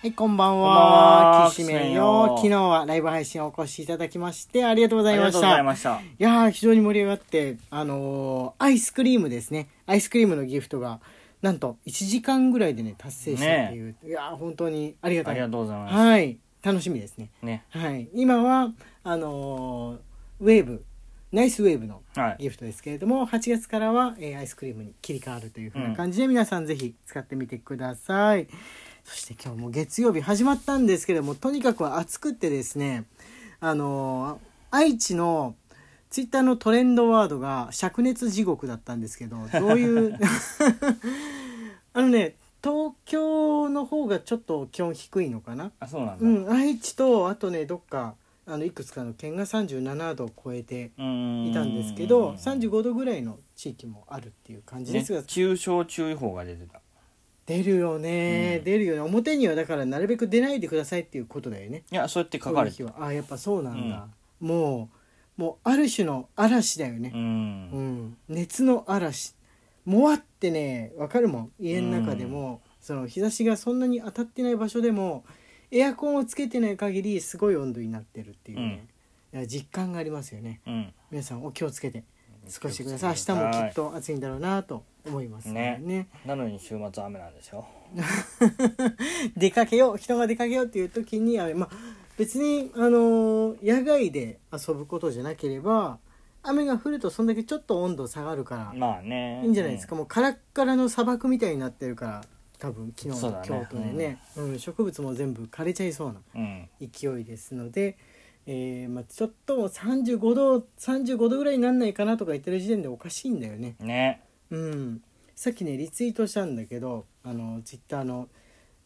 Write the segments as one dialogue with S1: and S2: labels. S1: はい、こんばん
S2: こんばん
S1: は
S2: は。
S1: きしめん
S2: きしめん
S1: よ
S2: よ。
S1: 昨日はライブ配信をお越しいただきまして、ありがとうござ
S2: あ
S1: い
S2: りが
S1: ま
S2: とう
S1: し
S2: ござ
S1: た。
S2: い
S1: い
S2: ました。
S1: やー、非常に盛り上がって、あのーアイスクリームですね。アイスクリームのギフトが、なんと1時間ぐらいでね、達成したっていう。いやー、本当にありが
S2: あ
S1: たい。
S2: りがとうございま
S1: はい、楽しみですね。
S2: す。ね。
S1: はい、今は、あのーウェーブ、ナイスウェーブの
S2: はい。
S1: ギフトですけれども8月からは、えーアイスクリームに切り替わるというふう
S2: う
S1: なん感じで、皆さんぜひ使ってみてくださいそして今日も月曜日始まったんですけれどもとにかく暑くってですねあのー愛知のツイッターのトレンドワードが「灼熱地獄」だったんですけどどういう あのね東京の方がちょっと気温低いのかな
S2: あ、そうなんだ。
S1: う
S2: うん
S1: 愛知とあとねどっかあのいくつかの県が37度を超えて
S2: ーん。
S1: いたんですけど35度ぐらいの地域もあるっていう感じですが、
S2: 熱中症注意報が出てた。
S1: 出るよね、
S2: うん
S1: 出るよね表にはだからなるべく出ないでくださいっていうことだよね
S2: いや、そうやって書かれて
S1: そうい
S2: た。
S1: う日はあやっぱそうなんだ、もうもうある種の嵐だよ
S2: う
S1: ね、うん
S2: ん。
S1: 熱の嵐もわってねわかるもん家の中でも、その日差しがそんなに当たってない場所でもエアコンをつけてない限りすごい温度になってるっていうね、いや実感がありますよね
S2: うん。
S1: 皆さんお気をつけて過ごしてください明日もきっと暑いんだろうなと思いますね
S2: ねなのに週末雨なんですよ。
S1: 出かけよう人が出かけようっていう時にあれまあ別にあのー野外で遊ぶことじゃなければ雨が降るとそんだけちょっと温度下がるから、
S2: まあね。
S1: いいんじゃないですか、もうカラッカラの砂漠みたいになってるから多分昨日
S2: そ
S1: の
S2: うだね
S1: 京都でねうん植物も全部枯れちゃいそうな
S2: うん。うん。
S1: 勢いですので、えーまあ、ちょっともう35度35度ぐらいになんないかなとか言ってる時点でおかしいんだよね。
S2: ね。
S1: うん、さっきねリツイートしたんだけどあのツイッターの、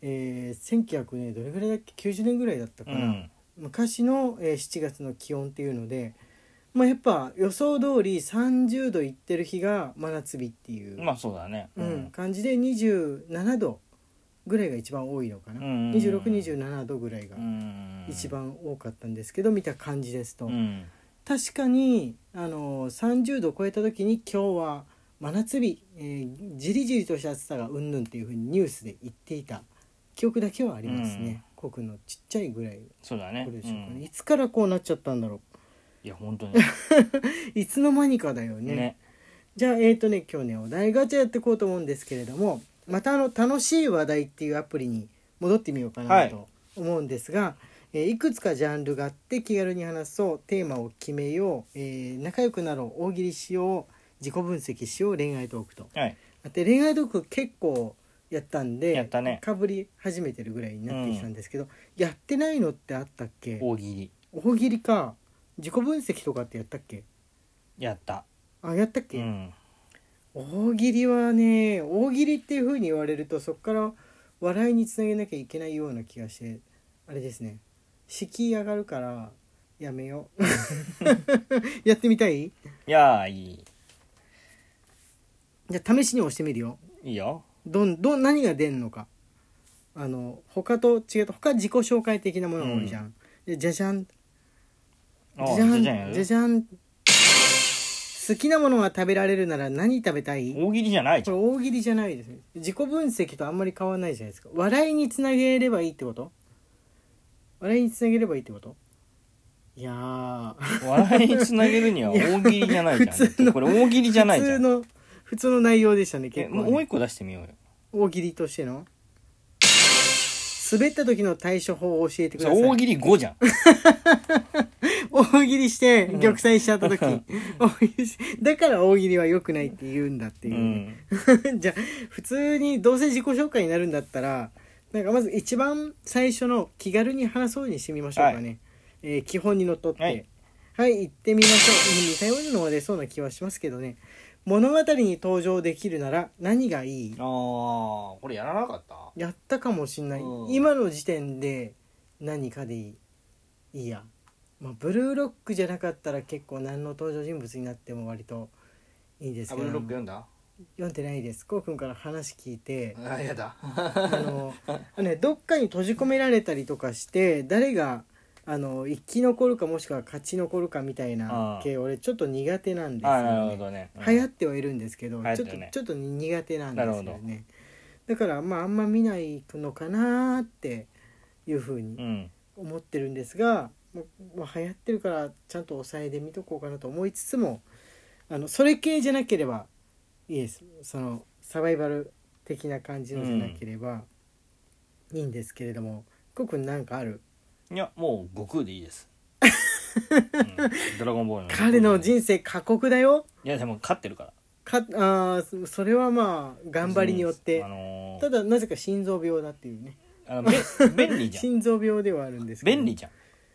S1: えー、1900ねどれぐらいだっけ90年ぐらいだった
S2: う
S1: かな、
S2: ん。
S1: 昔の、えー7月の気温っていうので、まあ、やっぱ予想通り30度いってる日が真夏日っていう、
S2: まあそうだね。
S1: うん。感じで27度ぐらいが一番多いのかな、
S2: うんうんうん
S1: 2627度ぐらいが
S2: うん。
S1: 一。番多かったんですけど見た感じですと。
S2: うん。
S1: 確かにあの30度を超えた時に今日は真夏日、えーじりじりとした暑さがうんぬんっていうふうにニュースで言っていた記憶だけはありますね、コくんのちっちゃいぐらい
S2: そうだね。
S1: これでしょうかね、
S2: うん
S1: いつからこうなっちゃったんだろ
S2: いや、本当に。
S1: ういつの間にかだよね
S2: ね。
S1: じゃあえっ、とね今日ねお題ガチャやっていこうと思うんですけれどもまたあの楽しい話題っていうアプリに戻ってみようか
S2: は
S1: ないと思うんですが、いえーいくつかジャンルがあって気軽に話そうテーマを決めよう、えー仲良くなろう大喜利しよう自己分析しよう恋愛トークと
S2: はい。
S1: だって恋愛トーク結構やったんで
S2: やったね
S1: かぶり始めてるぐらいになってきたんですけど、やってないのってあったっけ
S2: 大喜利。
S1: 大喜利か自己分析とかってやったっけ
S2: やった。
S1: あやったっけ、
S2: うん。
S1: 大喜利はね大喜利っていう風に言われるとそこから笑いにつなげなきゃいけないような気がしてあれですね敷居上がるからやめよう やってみたい
S2: いやー、いい。
S1: じゃあ試しに押してみるよ
S2: いいよ。
S1: どんどん何が出んのかあの他と違うと他自己紹介的なものが多いじゃん、でじゃじゃん
S2: あ
S1: じゃじ
S2: じゃ
S1: ゃ
S2: んや
S1: ん
S2: る
S1: じゃじゃん好きなものが食べられるなら何食べたい
S2: 大喜利じゃないじ
S1: こ
S2: ゃん
S1: れ大喜利じゃないですね自己分析とあんまり変わらないじゃないですか笑いにつなげればいいってこと笑いにつなげればいいってこといやー
S2: 笑いにつなげるには大喜利じゃないじゃ
S1: い
S2: ん
S1: や普通の
S2: これ大喜利じゃない
S1: 普
S2: じゃ
S1: 通
S2: ん
S1: の普通の内容でしたね
S2: え
S1: 結構
S2: も
S1: ね、
S2: うもう一個出してみようよ
S1: 大喜利としての滑った時の対処法を教えてく
S2: そ
S1: だ
S2: れ
S1: さい
S2: 大
S1: 大喜
S2: 喜利5じゃん
S1: 利して玉砕しちゃった時、大喜利しだから大喜利は良くないって言うんだってい
S2: う
S1: う、
S2: ん
S1: じゃあ普通にどうせ自己紹介になるんだったらなんかまず一番最初の気軽に話そうにしてみましょうかね、えー基本にのっとっては
S2: はいい、
S1: 行ってみましょううん似たようなのが出そうな気はしますけどね物語に登場できるなら何がいい
S2: ああこれやらなかった
S1: やったかもしんない
S2: うん
S1: 今の時点で何かでいいいいや、まあ、ブルーロックじゃなかったら結構何の登場人物になっても割といいですけど読
S2: んだ
S1: んでないですこうくんから話聞いて
S2: あやだ
S1: あのねどっかに閉じ込められたりとかして誰があの生き残るかもしくは勝ち残るかみたいな
S2: あー
S1: 系俺ちょっと苦手なんです
S2: あーな
S1: よ
S2: るほ
S1: ね
S2: どね
S1: 流行ってはいるんですけど、
S2: 流行っ
S1: ち
S2: て
S1: ょっ
S2: る
S1: と
S2: ね
S1: ちょっと苦手なんですよ
S2: なる
S1: ねだからまああんま見ないのかなーっていうふうに
S2: うん
S1: 思ってるんですが、もうまあ、流行ってるからちゃんと抑えで見とこうかなと思いつつもあのそれ系じゃなければいいですそのサバイバル的な感じのじゃなければいいんですけれども、コウくんなんかある
S2: いやもう悟空でいい です、うんドラゴンボールの悟空で
S1: 彼の人生過酷だよ
S2: いやでも勝ってるから
S1: かあーそそれはまあ頑張りによって
S2: あのー
S1: ただなぜか心臓病だっていうね
S2: あの べ便利じゃん
S1: 心臓病ではあるんですけど
S2: 便利じゃん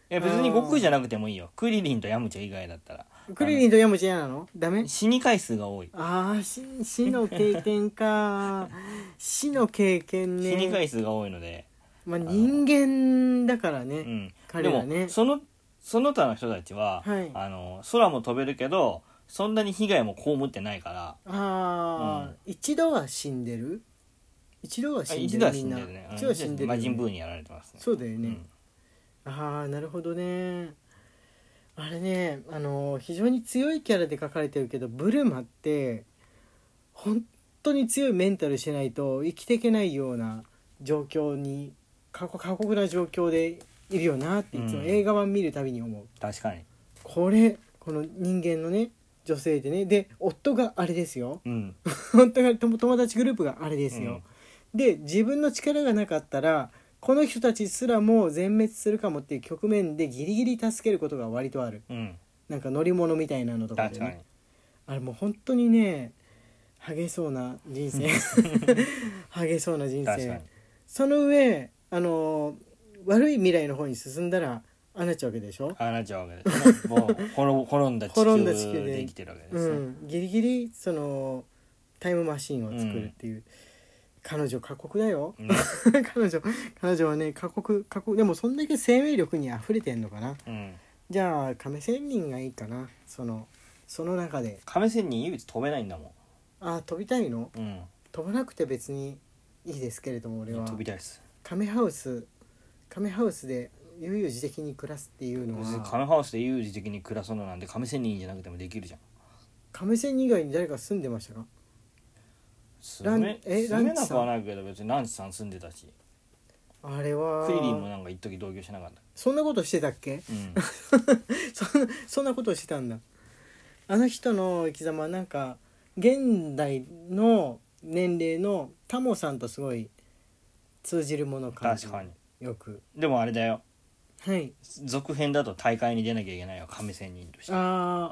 S2: いや別に悟空じゃなくてもいいよクリリンとヤムチャ以外だったら
S1: クリリンとヤムチャ嫌なのダメ
S2: 死に回数が多い
S1: ああ死死の経験 か死の経験
S2: 死に
S1: ね、
S2: 回数が多いので、
S1: まあ、人間だから
S2: う
S1: ね、
S2: ん、
S1: 彼らね
S2: でもそのその他の人たちは、
S1: はい
S2: あの空も飛べるけどそんなに被害も被ってないから
S1: ああ、一度は死んでる一度は
S2: あ
S1: 死んで
S2: 一
S1: る
S2: 度は
S1: み
S2: 死
S1: ん
S2: ん
S1: な
S2: でるね
S1: 一度は死んでるよ
S2: 魔
S1: ね
S2: 人ブーにやられてますね
S1: そうだよ
S2: う
S1: ね、
S2: ん
S1: ああなるほどねあれねあの非常に強いキャラで描かれてるけどブルマって本当に強いメンタルしてないと生きていけないような状況に過酷過酷な状況でいるよなっていつも
S2: うん
S1: 映画版見るたびに思う、
S2: 確かに
S1: これこの人間のね女性でねで夫があれですよ
S2: うん
S1: 夫が友友達グループがあれですよ、で自分の力がなかったらこの人たちすらも全滅するかもっていう局面でギリギリ助けることが割とある
S2: うん
S1: なんか乗り物みたいなのとか
S2: 確
S1: で
S2: かに
S1: ねあれもう本当にね励そうな人 生励そうな人
S2: 確か
S1: 生
S2: に
S1: その上あの悪い未来の方に進んだらああなっちゃうわけでしょ、
S2: ああなっちゃうわけです ねもう転転んだ地
S1: 転んだ地球
S2: 球
S1: で
S2: で生きてるわけで
S1: う
S2: すね、
S1: ん、ギリギリそのタイムマシンを作るっていう、彼女過酷だよ
S2: ね
S1: 彼女彼女はね過酷過酷でもそんだけ生命力にあふれてんのかな
S2: うん
S1: じゃあ亀仙人がいいかなそのその中で
S2: 亀仙人唯一飛べないんだも
S1: あ飛びたいの
S2: ん、うん、
S1: 飛ばなくて別にいいですけれども俺は
S2: 飛びたいです
S1: 亀ハウス亀ハウスで悠々自適に暮らすっていうのは
S2: 亀ハウスで有事的に暮らすのなんて亀仙人じゃなくてもできるじゃん
S1: 亀仙人以外に誰か住んでましたか
S2: 住め
S1: ランえ
S2: 住め
S1: ランチさん
S2: なくはないけど別にランチさん住んでたし
S1: あれは
S2: クイリンもなんか一時同居しなかった
S1: そんなことしてたっけ
S2: うん
S1: そそんなことをしてたんだあの人の生き様はなんか現代の年齢のタモさんとすごい通じるものを感じる
S2: 確かに
S1: よく
S2: でもあれだよ
S1: はい
S2: 続編だと大会に出なきゃいけないよ亀仙人として
S1: あー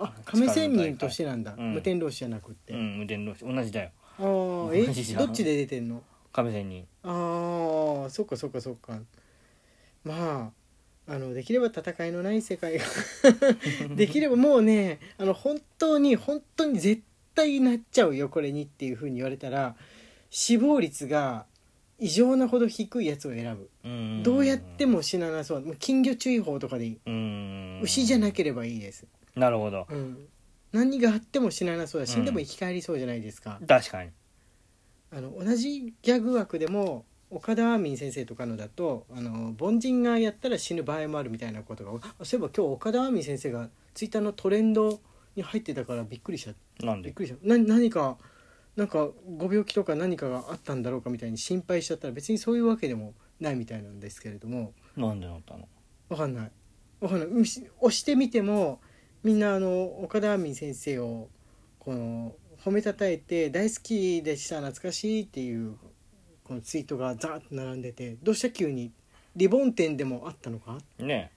S1: あ亀仙人としてなんだ、
S2: うん
S1: 無天老師じゃなくって、
S2: うん無伝同士同じだよ
S1: ああ
S2: 同じ
S1: え
S2: じゃん
S1: どっちで出てんの
S2: 亀仙人
S1: ああそっかそっかそっかまああのできれば戦いのない世界が できればもうねあの本当に本当に絶対なっちゃうよこれにっていうふうに言われたら死亡率が異常なほど低いやつを選ぶ、
S2: うん
S1: どうやっても死ななそうもう金魚注意報とかでいい、
S2: うん
S1: 牛じゃなければいいです、
S2: なるほど
S1: うん、何があっても死ななそうだ死んでも生き返りそうじゃないですか、
S2: 確かに
S1: あの同じギャグ枠でも岡田アーミン先生とかのだとあの凡人がやったら死ぬ場合もあるみたいなことがあそういえば今日岡田アーミン先生がツイッターのトレンドに入ってたからびっくりした
S2: なん
S1: びっ
S2: で
S1: くりしたな何かなんかご病気とか何かがあったんだろうかみたいに心配しちゃったら別にそういうわけでもないみたいなんですけれども
S2: なんで乗ったの
S1: わかんないわかんないうんし押してみてもみんなあの岡田亜美先生をこの褒めたたえて「大好きでした懐かしい」っていうこのツイートがザーッと並んでてどうした急にリボン店でもあったのか
S2: ね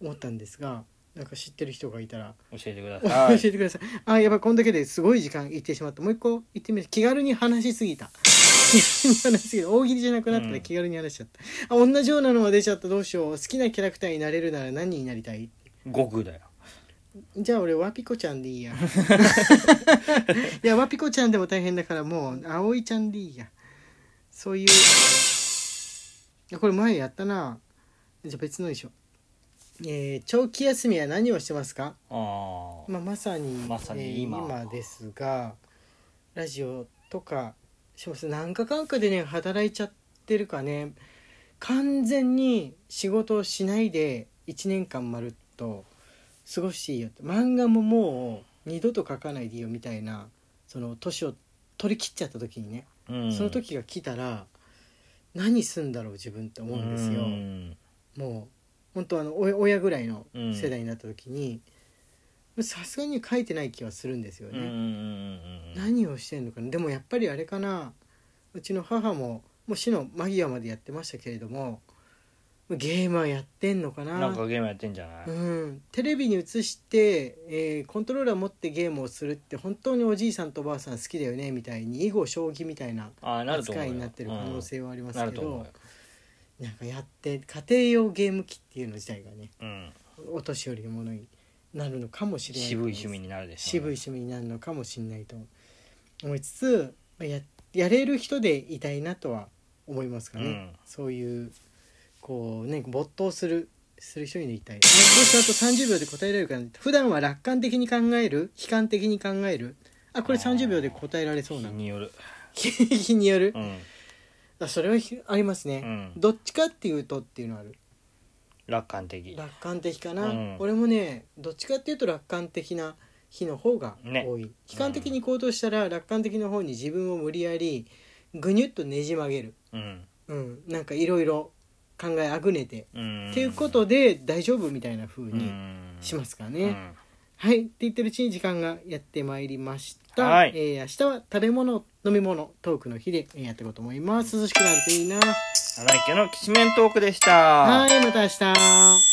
S1: 思ったんですがなんか知ってる人がいたら
S2: え教えてく だ
S1: 教
S2: さ
S1: え
S2: い
S1: てくださいあやばいこんだけですごい時間いってしまったもう一個いってみる気軽に話しすぎた 気軽に話しすぎた大喜利じゃなくなった
S2: う
S1: ら
S2: ん
S1: 気軽に話しちゃった、あ同じようなのが出ちゃったどうしよう好きなキャラクターになれるなら何になりたい
S2: 悟空だよ
S1: じゃあ俺ワピコちゃんで いいやいやワピコちゃんでも大変だからもう葵ちゃんでいいやそういうあこれ前やったなじゃあ別のでしょえー長期休みは何をしてますか
S2: ああ
S1: まあ、まさに
S2: まさに今
S1: えー今ですがラジオとかします何かかんかでね働いちゃってるかね完全に仕事をしないで1年間まるっと過ごしていいよって漫画ももう二度と書かないでいいよみたいなその年を取り切っちゃった時にね、
S2: うん
S1: その時が来たら何すんだろう自分って思うんですよ。
S2: うん
S1: もう本当あのお親ぐらいの世代になった時にさすがに書いてない気はするんですよ
S2: うんうんうん
S1: ね。
S2: うん
S1: 何をしてんのかなでもやっぱりあれかなうちの母ももう死の間際までやってましたけれどもゲームはやってんのかな
S2: なんかゲームやってんじゃない、
S1: うん、テレビに映して、えーコントローラー持ってゲームをするって本当におじいさんとおばあさん好きだよねみたいに囲碁将棋みたいな
S2: ああなると
S1: 扱
S2: 思う
S1: い
S2: よ
S1: になってる可能性はありま
S2: うん
S1: す
S2: な
S1: け
S2: ると思う
S1: ど
S2: よ、
S1: なんかやって家庭用ゲーム機っていうの自体がね
S2: うん、
S1: お年寄りのものになるのかもしれない
S2: 渋い趣味になるでしょ
S1: 渋い
S2: うね
S1: 趣味になるのかもしれないと思いつつまあややれる人でいたいなとは思いますかね、
S2: うん
S1: そういうこうね没頭するする人になりたいもしあと30秒で答えられるかな普段は楽観的に考える悲観的に考えるあこれ30秒で答えられそうな
S2: 日による
S1: 日に よる
S2: う、ん、
S1: あそれはひあります
S2: う
S1: ね、
S2: ん、
S1: どっちかっていうとっていうのある
S2: 楽観的
S1: 楽観的かな、
S2: うん
S1: 俺もねどっちかっていうと楽観的な日の方が
S2: ね
S1: 多い、悲観的に行動したら楽観的な方に自分を無理やりぐにゅっとねじ曲げる、
S2: うん、
S1: うん、なんかいろいろ考えあぐねて、
S2: うん、
S1: っていうことで大丈夫みたいな風
S2: う
S1: に
S2: ん
S1: しますからね、
S2: うん
S1: はいって言ってるうちに時間がやってまいりました、
S2: はい
S1: えー明日は食べ物飲み物トークの日でえーやっていこうと思います涼しくなるといいな
S2: 荒井家のきしめんトークでした
S1: はいまた明日